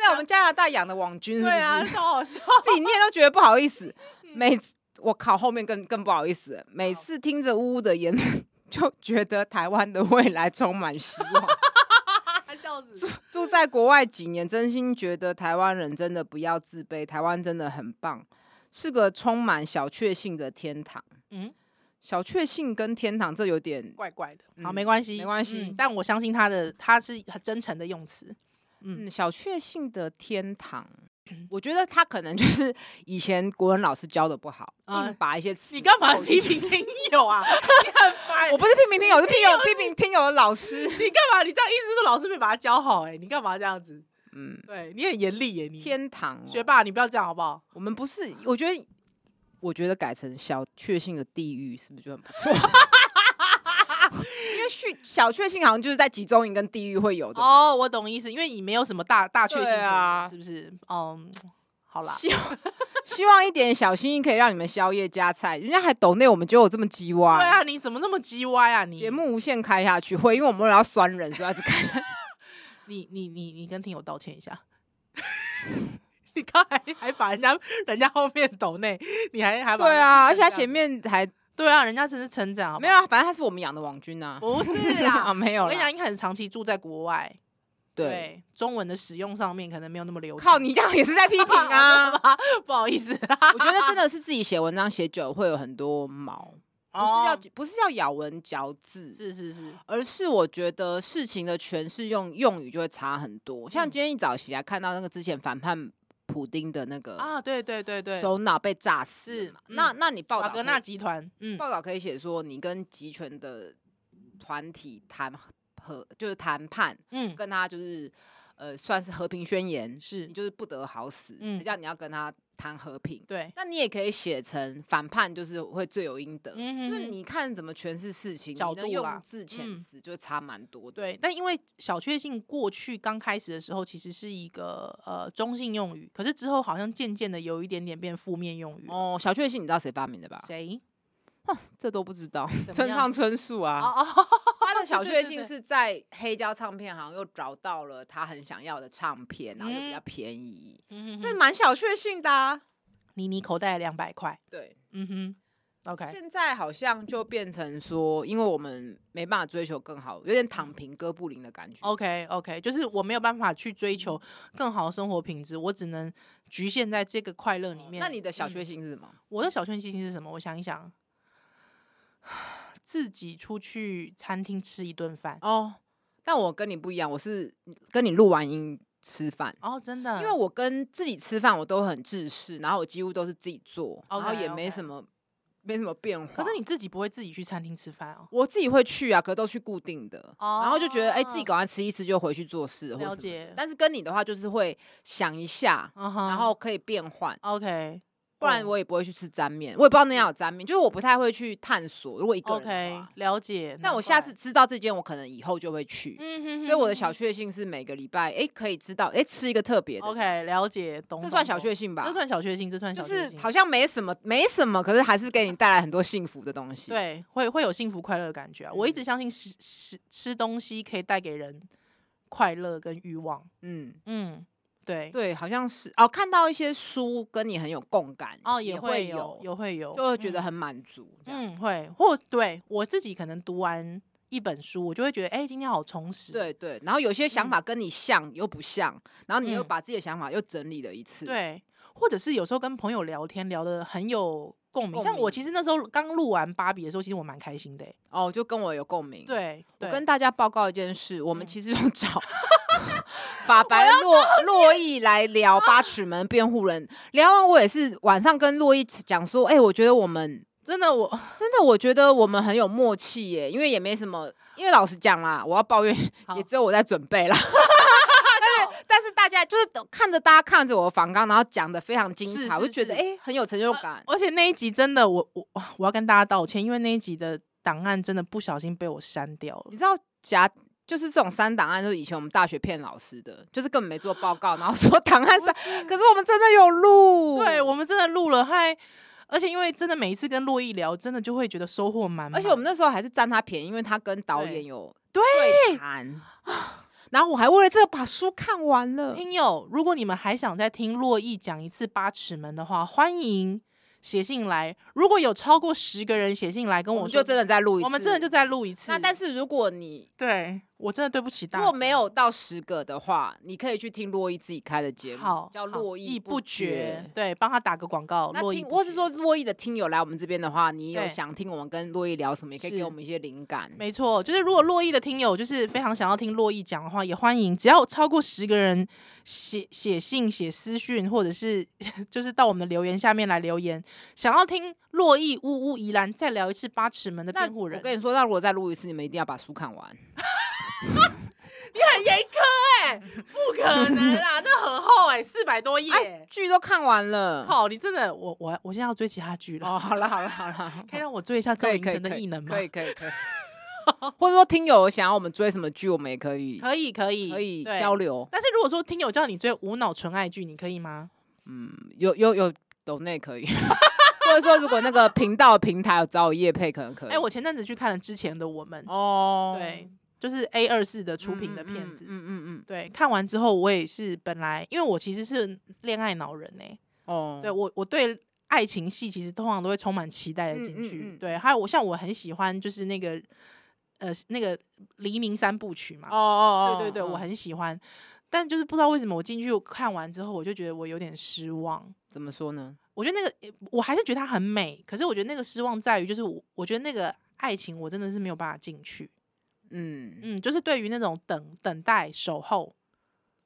Speaker 2: 在我们加拿大养的网军是不是？
Speaker 1: 啊超好笑，
Speaker 2: 自己念都觉得不好意思。每次我靠后面更更不好意思了，每次听着呜呜的言论，就觉得台湾的未来充满希望。
Speaker 1: 笑
Speaker 2: 住
Speaker 1: 死，
Speaker 2: 住在国外几年，真心觉得台湾人真的不要自卑，台湾真的很棒，是个充满小确幸的天堂。
Speaker 1: 嗯，
Speaker 2: 小确幸跟天堂这有点
Speaker 1: 怪怪的，好，
Speaker 2: 嗯
Speaker 1: 没关系，
Speaker 2: 没关系
Speaker 1: 嗯但我相信他的他是很真诚的用词，嗯
Speaker 2: 嗯，小确幸的天堂。我觉得他可能就是以前国文老师教的不好，
Speaker 1: 啊
Speaker 2: 硬把一些词
Speaker 1: 你干嘛
Speaker 2: 扣进
Speaker 1: 批
Speaker 2: 去
Speaker 1: 评听友啊？ 你很烦，
Speaker 2: 我不是批评听友，我是批友批评听友的老师。
Speaker 1: 你干嘛？你这样意思是老师没把他教好、哎，你干嘛这样子？
Speaker 2: 嗯，
Speaker 1: 对你很严厉欸耶，你
Speaker 2: 天堂、哦、
Speaker 1: 学，霸，你不要这样好不好？
Speaker 2: 我们不是，我觉得，我觉得改成小确幸的地狱是不是就很不 错？因为去小确幸好像就是在集中营跟地狱会有的。
Speaker 1: 哦，我懂意思，因为你没有什么大大确幸可
Speaker 2: 对
Speaker 1: 言
Speaker 2: 啊
Speaker 1: 是不是？嗯，好 啦，
Speaker 2: 希望希望一点小心意可以让你们宵夜加菜，人家还抖内，我们就有这么鸡歪。
Speaker 1: 对啊，你怎么那么叽歪啊你？
Speaker 2: 节目无限开下去会，因为我们为了要酸人，所以要一直开 下去。
Speaker 1: 你你你你跟听友道歉一下。 你刚才还把人家人家后面抖内，你还还把
Speaker 2: 对啊，而
Speaker 1: 人
Speaker 2: 且
Speaker 1: 家
Speaker 2: 他前面还
Speaker 1: 对啊，人家只是成长，好不
Speaker 2: 没有，啊，反正他是我们养的网军啊。
Speaker 1: 好不是啦
Speaker 2: 啊，。没有
Speaker 1: 我
Speaker 2: 啦。
Speaker 1: 跟你讲，应该很长期住在国外，
Speaker 2: 对，
Speaker 1: 中文的使用上面可能没有那么流
Speaker 2: 靠
Speaker 1: 畅
Speaker 2: 你这样也是在批评啊！
Speaker 1: 不好意思，
Speaker 2: 我觉得真的是自己写文章写久了会有很多毛，不是要、
Speaker 1: 哦
Speaker 2: 不是要咬文嚼字，
Speaker 1: 是是是，
Speaker 2: 而是我觉得事情的诠释用用语就会差很多。像
Speaker 1: 嗯
Speaker 2: 今天一早起来看到那个之前反叛普丁的那个
Speaker 1: 啊，对对对对，
Speaker 2: 首脑被炸死
Speaker 1: 是
Speaker 2: 嘛，那
Speaker 1: 嗯
Speaker 2: 那你报
Speaker 1: 瓦
Speaker 2: 道
Speaker 1: 格
Speaker 2: 可以
Speaker 1: 纳集团，嗯，
Speaker 2: 报道可以写说你跟集权的团体谈和就是谈判，
Speaker 1: 嗯，
Speaker 2: 跟他就是呃算是和平宣言，
Speaker 1: 是
Speaker 2: 你就是不得好死，
Speaker 1: 嗯
Speaker 2: 谁叫你要跟他谈和平？
Speaker 1: 对，
Speaker 2: 那你也可以写成反叛，就是会罪有应得。
Speaker 1: 嗯
Speaker 2: 就是
Speaker 1: 哼哼
Speaker 2: 你看怎么诠释事情，
Speaker 1: 角
Speaker 2: 你的
Speaker 1: 度啦
Speaker 2: 用字遣
Speaker 1: 嗯
Speaker 2: 词就差蛮多的。
Speaker 1: 对，但因为小确幸过去刚开始的时候其实是一个呃中性用语，可是之后好像渐渐的有一点点变负面用语了。
Speaker 2: 哦，小确幸你知道谁发明的吧？
Speaker 1: 谁？
Speaker 2: 这都不知道
Speaker 1: 么，
Speaker 2: 村
Speaker 1: 样
Speaker 2: 上春树啊，
Speaker 1: 哦哦，
Speaker 2: 他的小
Speaker 1: 对对
Speaker 2: 确幸
Speaker 1: 对
Speaker 2: 是在黑胶唱片行又找到了他很想要的唱片，然后又比
Speaker 1: 嗯
Speaker 2: 较便宜，
Speaker 1: 嗯哼
Speaker 2: 这
Speaker 1: 哼
Speaker 2: 蛮小确幸的、啊。
Speaker 1: 你你口袋两百块，
Speaker 2: 对，
Speaker 1: 嗯哼，OK，
Speaker 2: 现在好像就变成说，因为我们没办法追求更好，有点躺平哥布林的感觉。
Speaker 1: OK OK，就是我没有办法去追求更好的生活品质，我只能局限在这个快乐里面。
Speaker 2: 哦那你的小
Speaker 1: 嗯
Speaker 2: 确幸是什么？
Speaker 1: 我的小确幸是什么？我想一想， 自己出去餐厅吃一顿饭。
Speaker 2: 哦，但我跟你不一样，我是跟你录完音吃饭。
Speaker 1: 哦，真的，
Speaker 2: 因为我跟自己吃饭，我都很自私，然后我几乎都是自己做，然后也
Speaker 1: OK，OK
Speaker 2: 没什么没什么变化。
Speaker 1: 可是你自己不会自己去餐厅吃饭哦。
Speaker 2: 我自己会去啊，可都去固定的，然后就觉得哎、自己
Speaker 1: 哦
Speaker 2: 赶快吃一吃就回去做事或什
Speaker 1: 了
Speaker 2: 么的。
Speaker 1: 解，
Speaker 2: 但是跟你的话，就是会想一下，
Speaker 1: 嗯哼
Speaker 2: 然后可以变换，
Speaker 1: OK，
Speaker 2: 不然
Speaker 1: 哦
Speaker 2: 我也不会去吃沾面，我也不知道那样有沾面，就是我不太会去探索。如果一个人
Speaker 1: 哦
Speaker 2: 的
Speaker 1: OK
Speaker 2: 话，
Speaker 1: 了解。
Speaker 2: 但
Speaker 1: 难
Speaker 2: 我下
Speaker 1: 怪
Speaker 2: 次，知道这间，我可能以后就会去。
Speaker 1: 嗯哼哼
Speaker 2: 所以我的
Speaker 1: 哼
Speaker 2: 小确幸是每个礼拜，哎、可以知道，哎、吃一个特别的
Speaker 1: OK 了解，懂。
Speaker 2: 这
Speaker 1: 懂
Speaker 2: 算小
Speaker 1: 懂
Speaker 2: 确幸吧？
Speaker 1: 这算小确幸，这算
Speaker 2: 就
Speaker 1: 小
Speaker 2: 是
Speaker 1: 确
Speaker 2: 好
Speaker 1: 幸。
Speaker 2: 像没什么，没什么，可是还是给你带来很多幸福的东西。，
Speaker 1: 对，会会有幸福快乐的感觉啊！我一直
Speaker 2: 嗯
Speaker 1: 相信吃吃吃东西可以带给人快乐跟欲望。
Speaker 2: 嗯，
Speaker 1: 嗯，对，
Speaker 2: 对，好像是哦。看到一些书跟你很有共感，
Speaker 1: 哦，
Speaker 2: 也
Speaker 1: 也会
Speaker 2: 有，
Speaker 1: 有会有，
Speaker 2: 就会觉得
Speaker 1: 嗯
Speaker 2: 很满足。这样，
Speaker 1: 嗯会，或对我自己可能读完一本书，我就会觉得，哎、今天好充实。
Speaker 2: 对对。然后有些想法跟你像又不像，然后你又
Speaker 1: 嗯
Speaker 2: 把自己的想法又整理了一次。，
Speaker 1: 对，或者是有时候跟朋友聊天聊得很有共鸣，像
Speaker 2: 共
Speaker 1: 我
Speaker 2: 鸣
Speaker 1: 其实那时候刚录完芭比的时候，其实我蛮开心的、欸。
Speaker 2: 哦，就跟我有共鸣。，
Speaker 1: 对，
Speaker 2: 我
Speaker 1: 对
Speaker 2: 跟大家报告一件事，我们
Speaker 1: 嗯
Speaker 2: 其实有找。 法白洛洛伊来聊《八尺门辩护人》，聊完我也是晚上跟洛伊讲说，哎、我觉得我们
Speaker 1: 真的我
Speaker 2: 真的，我觉得我们很有默契耶，因为也没什么，因为老实讲啦，我要抱怨
Speaker 1: 好
Speaker 2: 也只有我在准备 啦。但是但是大家就是都看着大家看着我的访纲，然后讲的非常精彩，
Speaker 1: 是
Speaker 2: 我就是觉得哎、
Speaker 1: 是
Speaker 2: 诶很有成就感。
Speaker 1: 而且那一集真的，我我哇我要跟大家道歉，因为那一集的档案真的不小心被我删掉了
Speaker 2: 你。知道夹就是这种删档案，就是以前我们大学骗老师的，就是根本没做报告，然后说档案删，可是我们真的有录，
Speaker 1: 对，我们真的录了，还而且因为真的每一次跟洛毅聊，真的就会觉得收获满满。
Speaker 2: 而且我们那时候还是占他便宜，因为他跟导
Speaker 1: 对
Speaker 2: 演有
Speaker 1: 对
Speaker 2: 对谈。 然后我还为了这个把书看完了，
Speaker 1: 听友，如果你们还想再听洛毅讲一次八尺门的话，欢迎写信来。如果有超过十个人写信来跟
Speaker 2: 我
Speaker 1: 我
Speaker 2: 们
Speaker 1: 说，
Speaker 2: 就真的在录一次，
Speaker 1: 我们真的就再录一次。
Speaker 2: 那但
Speaker 1: 是
Speaker 2: 是如果你
Speaker 1: 对我真的对不起大
Speaker 2: 如
Speaker 1: 家，
Speaker 2: 果没有到十个的话，你可以去听洛伊自己开的节目，
Speaker 1: 好
Speaker 2: 叫
Speaker 1: 好
Speaker 2: 络绎
Speaker 1: 绎不
Speaker 2: 绝
Speaker 1: 绝，。对，帮他打个广告。
Speaker 2: 那
Speaker 1: 络绎
Speaker 2: 听，
Speaker 1: 不
Speaker 2: 或是
Speaker 1: 绝
Speaker 2: 说洛伊的听友来我们这边的话，你有
Speaker 1: 对
Speaker 2: 想听我们跟洛伊聊什么，也可以给
Speaker 1: 是
Speaker 2: 我们一些灵感。
Speaker 1: 没错，就是如果洛伊的听友就是非常想要听洛伊讲的话，也欢迎，只要超过十个人写写信、写私讯，或者是 就是到我们的留言下面来留言，想要听洛伊呜呜宜兰再聊一次八尺门的
Speaker 2: 那
Speaker 1: 辩护
Speaker 2: 我
Speaker 1: 人，
Speaker 2: 跟你说，那如果再录一次，你们一定要把书看完。
Speaker 1: 很严苛 哎、不可能啦，那很厚哎、四百多页
Speaker 2: 哎，剧都看完了。
Speaker 1: 靠，你真的，我我我现在要追其他剧了，
Speaker 2: 哦，好了好了好 了，
Speaker 1: 可以让我追一下赵
Speaker 2: 可以
Speaker 1: 寅
Speaker 2: 可以
Speaker 1: 成的
Speaker 2: 可以
Speaker 1: 异能吗
Speaker 2: 可？以可以可以。 或者说听友想要我们追什么剧，我们也可以
Speaker 1: 可以可以
Speaker 2: 可以
Speaker 1: 对
Speaker 2: 交流。
Speaker 1: 但是如果说听友叫你追无脑纯爱剧，你可以吗？
Speaker 2: 嗯，有有有抖内可以， 或者说如果那个频道平台有找我叶配，可能可以。
Speaker 1: 哎、我前阵子去看了之前的我们，
Speaker 2: 哦，
Speaker 1: 对，就是 A 二四的
Speaker 2: 嗯，
Speaker 1: 出品的片子。
Speaker 2: 嗯嗯嗯嗯
Speaker 1: 对，看完之后我也是本来，因为我其实是恋爱脑人呢、
Speaker 2: 哦，
Speaker 1: 对我我对爱情戏其实通常都会充满期待的
Speaker 2: 嗯
Speaker 1: 进
Speaker 2: 嗯
Speaker 1: 去。
Speaker 2: 嗯
Speaker 1: 对，还有我像我很喜欢就是那个呃那个黎明三部曲嘛，
Speaker 2: 哦哦哦，
Speaker 1: 对对对，
Speaker 2: 嗯
Speaker 1: 我很喜欢。但就是不知道为什么我进去看完之后，我就觉得我有点失望。
Speaker 2: 怎么说呢？
Speaker 1: 我觉得那个呃我还是觉得它很美，可是我觉得那个失望在于，就是我我觉得那个爱情我真的是没有办法进去。
Speaker 2: 嗯，
Speaker 1: 嗯，就是对于那种等等待、守候，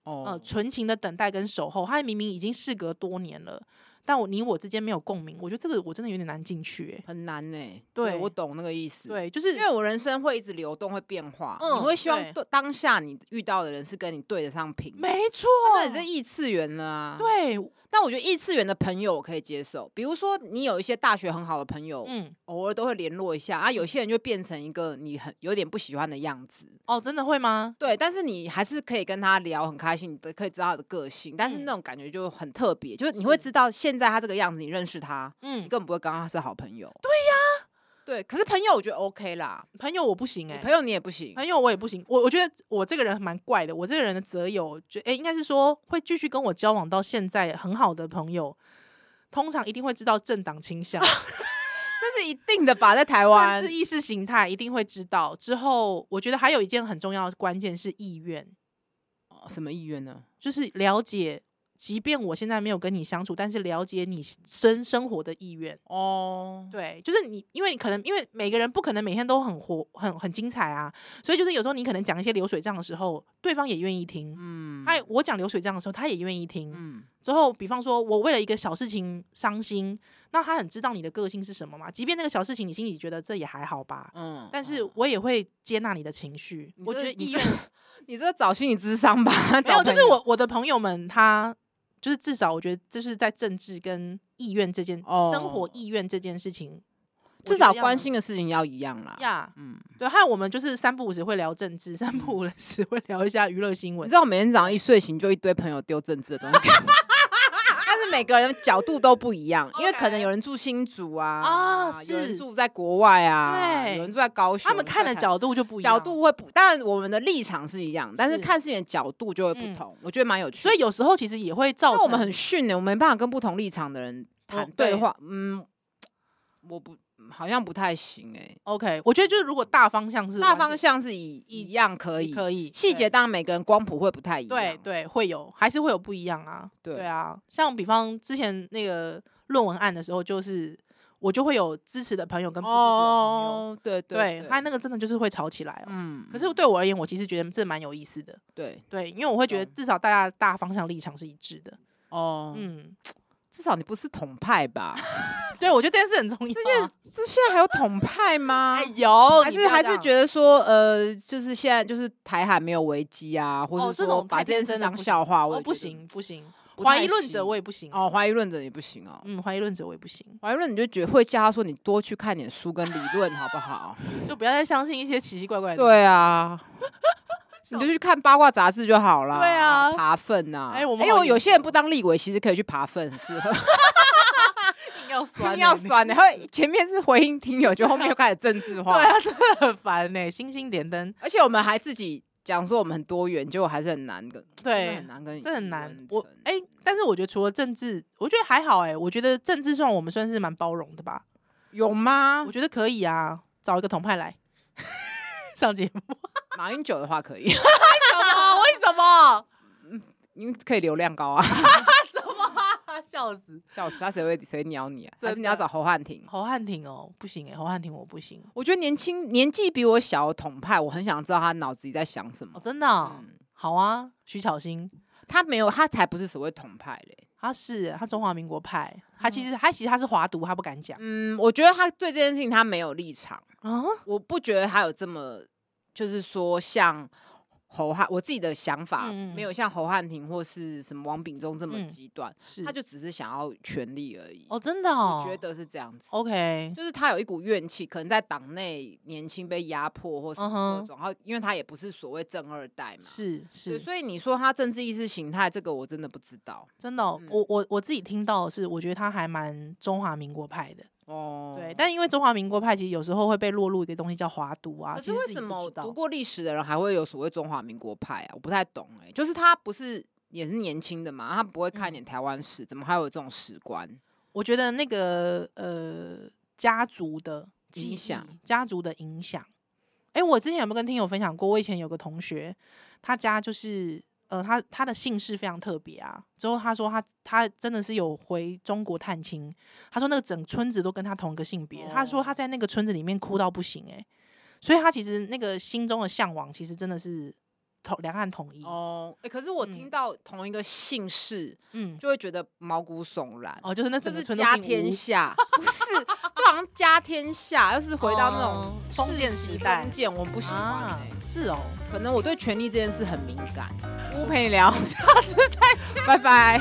Speaker 1: 呃，
Speaker 2: 哦，
Speaker 1: 纯情的等待跟守候，它明明已经事隔多年了，但我你我之间没有共鸣，我觉得这个我真的有点难进去、欸。
Speaker 2: 很难呢、
Speaker 1: 对
Speaker 2: 我懂那个意思。，
Speaker 1: 对，就是
Speaker 2: 因为我人生会一直流动，会变化，
Speaker 1: 嗯
Speaker 2: 你会希望
Speaker 1: 对
Speaker 2: 对当下你遇到的人是跟你对得上频。
Speaker 1: 没错，
Speaker 2: 那也是异次元了啊。，
Speaker 1: 对，
Speaker 2: 但我觉得异次元的朋友我可以接受，比如说你有一些大学很好的朋友，
Speaker 1: 嗯，
Speaker 2: 偶尔都会联络一下啊。有些人就变成一个你很有点不喜欢的样子，
Speaker 1: 哦，真的会吗？
Speaker 2: 对，但是你还是可以跟他聊，很开心，你都可以知道他的个性，但是
Speaker 1: 嗯
Speaker 2: 那种感觉就很特别，就是你会知道现在他这个样子，你认识他，你
Speaker 1: 嗯，
Speaker 2: 根本不会跟他是好朋友。对呀、对，可是朋友我觉得 OK 啦，
Speaker 1: 朋友我不行哎、
Speaker 2: 朋友你也不行，
Speaker 1: 朋友我也不行，我我觉得我这个人蛮怪的，我这个人的择友，就诶、应该是说会继续跟我交往到现在很好的朋友，通常一定会知道政党倾向、
Speaker 2: 这是一定的吧，在台湾
Speaker 1: 政治意识形态，一定会知道。之后，我觉得还有一件很重要的关键是意愿，
Speaker 2: 哦什么意愿呢？
Speaker 1: 就是了解，即便我现在没有跟你相处，但是了解你生生活的意愿。
Speaker 2: 哦，
Speaker 1: 对，就是你，因为你可能因为每个人不可能每天都很活很很精彩啊，所以就是有时候你可能讲一些流水账的时候，对方也愿意听。
Speaker 2: 嗯，
Speaker 1: 他我讲流水账的时候，他也愿意听。
Speaker 2: 嗯，
Speaker 1: 之后，比方说我为了一个小事情伤心，那他很知道你的个性是什么嘛。即便那个小事情你心里觉得这也还好吧，
Speaker 2: 嗯
Speaker 1: 但是
Speaker 2: 嗯
Speaker 1: 我也会接纳你的情绪。
Speaker 2: 你
Speaker 1: 我觉
Speaker 2: 这
Speaker 1: 得
Speaker 2: 你
Speaker 1: 意
Speaker 2: 这
Speaker 1: 愿
Speaker 2: 你这找心理智商吧，
Speaker 1: 没有，就是我我的朋友们，他就是至少我觉得就是在政治跟意愿这件、
Speaker 2: 哦
Speaker 1: 生活意愿这件事情，我
Speaker 2: 至
Speaker 1: 觉得
Speaker 2: 少
Speaker 1: 要
Speaker 2: 关心的事情要一样啦。
Speaker 1: 呀。
Speaker 2: 嗯，
Speaker 1: 对，还有我们就是三不五时会聊政治，三不五时会聊一下娱乐新
Speaker 2: 你
Speaker 1: 闻
Speaker 2: 知。道我每天早上一睡醒就一堆朋友丢政治的东 西给我。但是每个人角度都不一样，因为可能
Speaker 1: OK
Speaker 2: 有人住新竹啊，
Speaker 1: 啊
Speaker 2: 有人
Speaker 1: 是
Speaker 2: 住在国外啊，
Speaker 1: 对
Speaker 2: 有人住在高雄，
Speaker 1: 他们看的
Speaker 2: 有人在台
Speaker 1: 角度就不一样，
Speaker 2: 角度会不，当然我们的立场是一样，但是
Speaker 1: 是
Speaker 2: 看事情的角度就会不
Speaker 1: 嗯
Speaker 2: 同，我觉得蛮有趣的。
Speaker 1: 所以有时候其实也会造
Speaker 2: 因
Speaker 1: 成
Speaker 2: 为我们很逊的、欸我们没办法跟不同立场的人谈
Speaker 1: 哦
Speaker 2: 对
Speaker 1: 对
Speaker 2: 话。嗯，我不好像不太行哎、
Speaker 1: OK，我觉得就是如果大方向是
Speaker 2: 大
Speaker 1: 完
Speaker 2: 方
Speaker 1: 全
Speaker 2: 向是一一样可以，
Speaker 1: 可以，
Speaker 2: 细节当然每个人光谱会不太一样。
Speaker 1: 对对对会有，还是会有不一样啊。
Speaker 2: 对
Speaker 1: 啊，像比方之前那个论文案的时候，就是我就会有支持的朋友跟不支持的朋友，
Speaker 2: 哦，对
Speaker 1: 对他那个真的就是会吵起来哦。
Speaker 2: 嗯，
Speaker 1: 可是对我而言，我其实觉得这蛮有意思的，
Speaker 2: 对
Speaker 1: 对，因为我会觉得
Speaker 2: 懂
Speaker 1: 至少大家大方向立场是一致的。
Speaker 2: 哦，
Speaker 1: 嗯，
Speaker 2: 至少你不是统派吧？
Speaker 1: 对，我觉得这件事很重要啊。
Speaker 2: 这现在还有统派吗
Speaker 1: 哎？有，
Speaker 2: 还
Speaker 1: 你
Speaker 2: 是
Speaker 1: 不要
Speaker 2: 还
Speaker 1: 这
Speaker 2: 是
Speaker 1: 样
Speaker 2: 觉得说，呃，就是现在就是台海没有危机啊，或
Speaker 1: 哦
Speaker 2: 者
Speaker 1: 这
Speaker 2: 说
Speaker 1: 种
Speaker 2: 把
Speaker 1: 太
Speaker 2: 这件
Speaker 1: 天
Speaker 2: 事
Speaker 1: 真的
Speaker 2: 当
Speaker 1: 不行
Speaker 2: 笑话，我
Speaker 1: 哦
Speaker 2: 也
Speaker 1: 不
Speaker 2: 觉得
Speaker 1: 行不行，
Speaker 2: 不
Speaker 1: 怀
Speaker 2: 太
Speaker 1: 疑论者
Speaker 2: 行
Speaker 1: 我也不行，
Speaker 2: 哦，怀疑论者也不行哦。
Speaker 1: 嗯，怀疑论者我也不行。
Speaker 2: 怀疑论你就觉得会叫他说你多去看点书跟理论好不好？
Speaker 1: 就不要再相信一些奇奇怪怪的。，
Speaker 2: 对啊， 你就去看八卦杂志就好啦。
Speaker 1: 对啊
Speaker 2: 爬粪呐、啊。
Speaker 1: 哎我们
Speaker 2: 因
Speaker 1: 好
Speaker 2: 为有
Speaker 1: 严
Speaker 2: 些人不当立委，其实可以去爬粪，很适合。
Speaker 1: 要
Speaker 2: 酸
Speaker 1: 酸
Speaker 2: 要
Speaker 1: 欸
Speaker 2: 酸的，然后前面是回应听友，就后面又 开始政治
Speaker 1: 对
Speaker 2: 化。
Speaker 1: 啊，真的很烦呢、星星点灯，
Speaker 2: 而且我们还自己讲说我们很多元，结果还是很难跟，真的
Speaker 1: 对
Speaker 2: 很，难跟，
Speaker 1: 这很难。我哎、但是我觉得除了政治，我觉得还好哎、我觉得政治算我们算是蛮包容的吧，
Speaker 2: 有吗
Speaker 1: 我？觉得可以啊，找一个同派来 上节目。
Speaker 2: 马英九的话可以，
Speaker 1: 为什么？
Speaker 2: 因为可以流量高啊，
Speaker 1: 笑死！
Speaker 2: 笑死他谁会谁鸟你啊？
Speaker 1: 真的
Speaker 2: 还是你要找侯汉廷？
Speaker 1: 侯汉廷哦，不行哎、侯汉廷我不行
Speaker 2: 我觉得年轻年纪比我小的统派，我很想知道他脑子里在想什
Speaker 1: 哦，
Speaker 2: 么。
Speaker 1: 真的哦、
Speaker 2: 嗯
Speaker 1: 好啊，徐巧芯。
Speaker 2: 他没有，他才不是所谓统派嘞。
Speaker 1: 他是欸他中华民国派，他其实、他其实他是华独，他不敢讲
Speaker 2: 嗯，我觉得他对这件事情他没有立场。
Speaker 1: 啊。
Speaker 2: 我不觉得他有这么，就是说像侯汉，我自己的想法、
Speaker 1: 嗯嗯
Speaker 2: 没有像侯汉廷或是什么王炳忠这么
Speaker 1: 嗯
Speaker 2: 极端，
Speaker 1: 是
Speaker 2: 他就只是想要权力而已。
Speaker 1: 哦，真的、哦，
Speaker 2: 我觉得是这样子。
Speaker 1: OK，
Speaker 2: 就是他有一股怨气，可能在党内年轻被压迫或什么
Speaker 1: 嗯
Speaker 2: 各
Speaker 1: 哼
Speaker 2: 种，然后因为他也不是所谓正二代嘛，
Speaker 1: 是
Speaker 2: 对
Speaker 1: 是，
Speaker 2: 所以你说他政治意识形态这个我真的不知道
Speaker 1: 真的哦、
Speaker 2: 嗯
Speaker 1: 我我我自己听到的是，我觉得他还蛮中华民国派的，
Speaker 2: 哦。
Speaker 1: 对。但因为中华民国派其实有时候会被落入一个东西叫华独啊，
Speaker 2: 可
Speaker 1: 其
Speaker 2: 是
Speaker 1: 实
Speaker 2: 为
Speaker 1: 自己
Speaker 2: 什
Speaker 1: 不
Speaker 2: 么
Speaker 1: 知道
Speaker 2: 读过历史的人还会有所谓中华民国派啊？我不太懂哎、就是他不是也是年轻的嘛，他不会看一点台湾史，怎么还有这种史观？
Speaker 1: 我觉得那个呃家族的
Speaker 2: 影
Speaker 1: 记忆
Speaker 2: 响，
Speaker 1: 家族的影响。哎、我之前有没有跟听友分享过？我以前有个同学，他家就是呃，他他的姓氏非常特别啊。之后他说他他真的是有回中国探亲，他说那个整村子都跟他同一个性别。他
Speaker 2: 哦
Speaker 1: 说他在那个村子里面哭到不行、欸，所以他其实那个心中的向往，其实真的是同两岸统一。
Speaker 2: 哦、欸可是我
Speaker 1: 嗯
Speaker 2: 听到同一个姓氏，
Speaker 1: 嗯，
Speaker 2: 就会觉得毛骨悚然。
Speaker 1: 哦，就是那
Speaker 2: 就
Speaker 1: 整个
Speaker 2: 是
Speaker 1: 村都
Speaker 2: 家
Speaker 1: 姓吴
Speaker 2: 天下，不是，就好像家天下，要是回到那
Speaker 1: 哦
Speaker 2: 种
Speaker 1: 封建
Speaker 2: 世袭
Speaker 1: 时代
Speaker 2: 封建我不喜欢、
Speaker 1: 啊
Speaker 2: 欸。，
Speaker 1: 是哦。
Speaker 2: 可能我对权力这件事很敏感。乌陪你聊，下次再见，拜拜。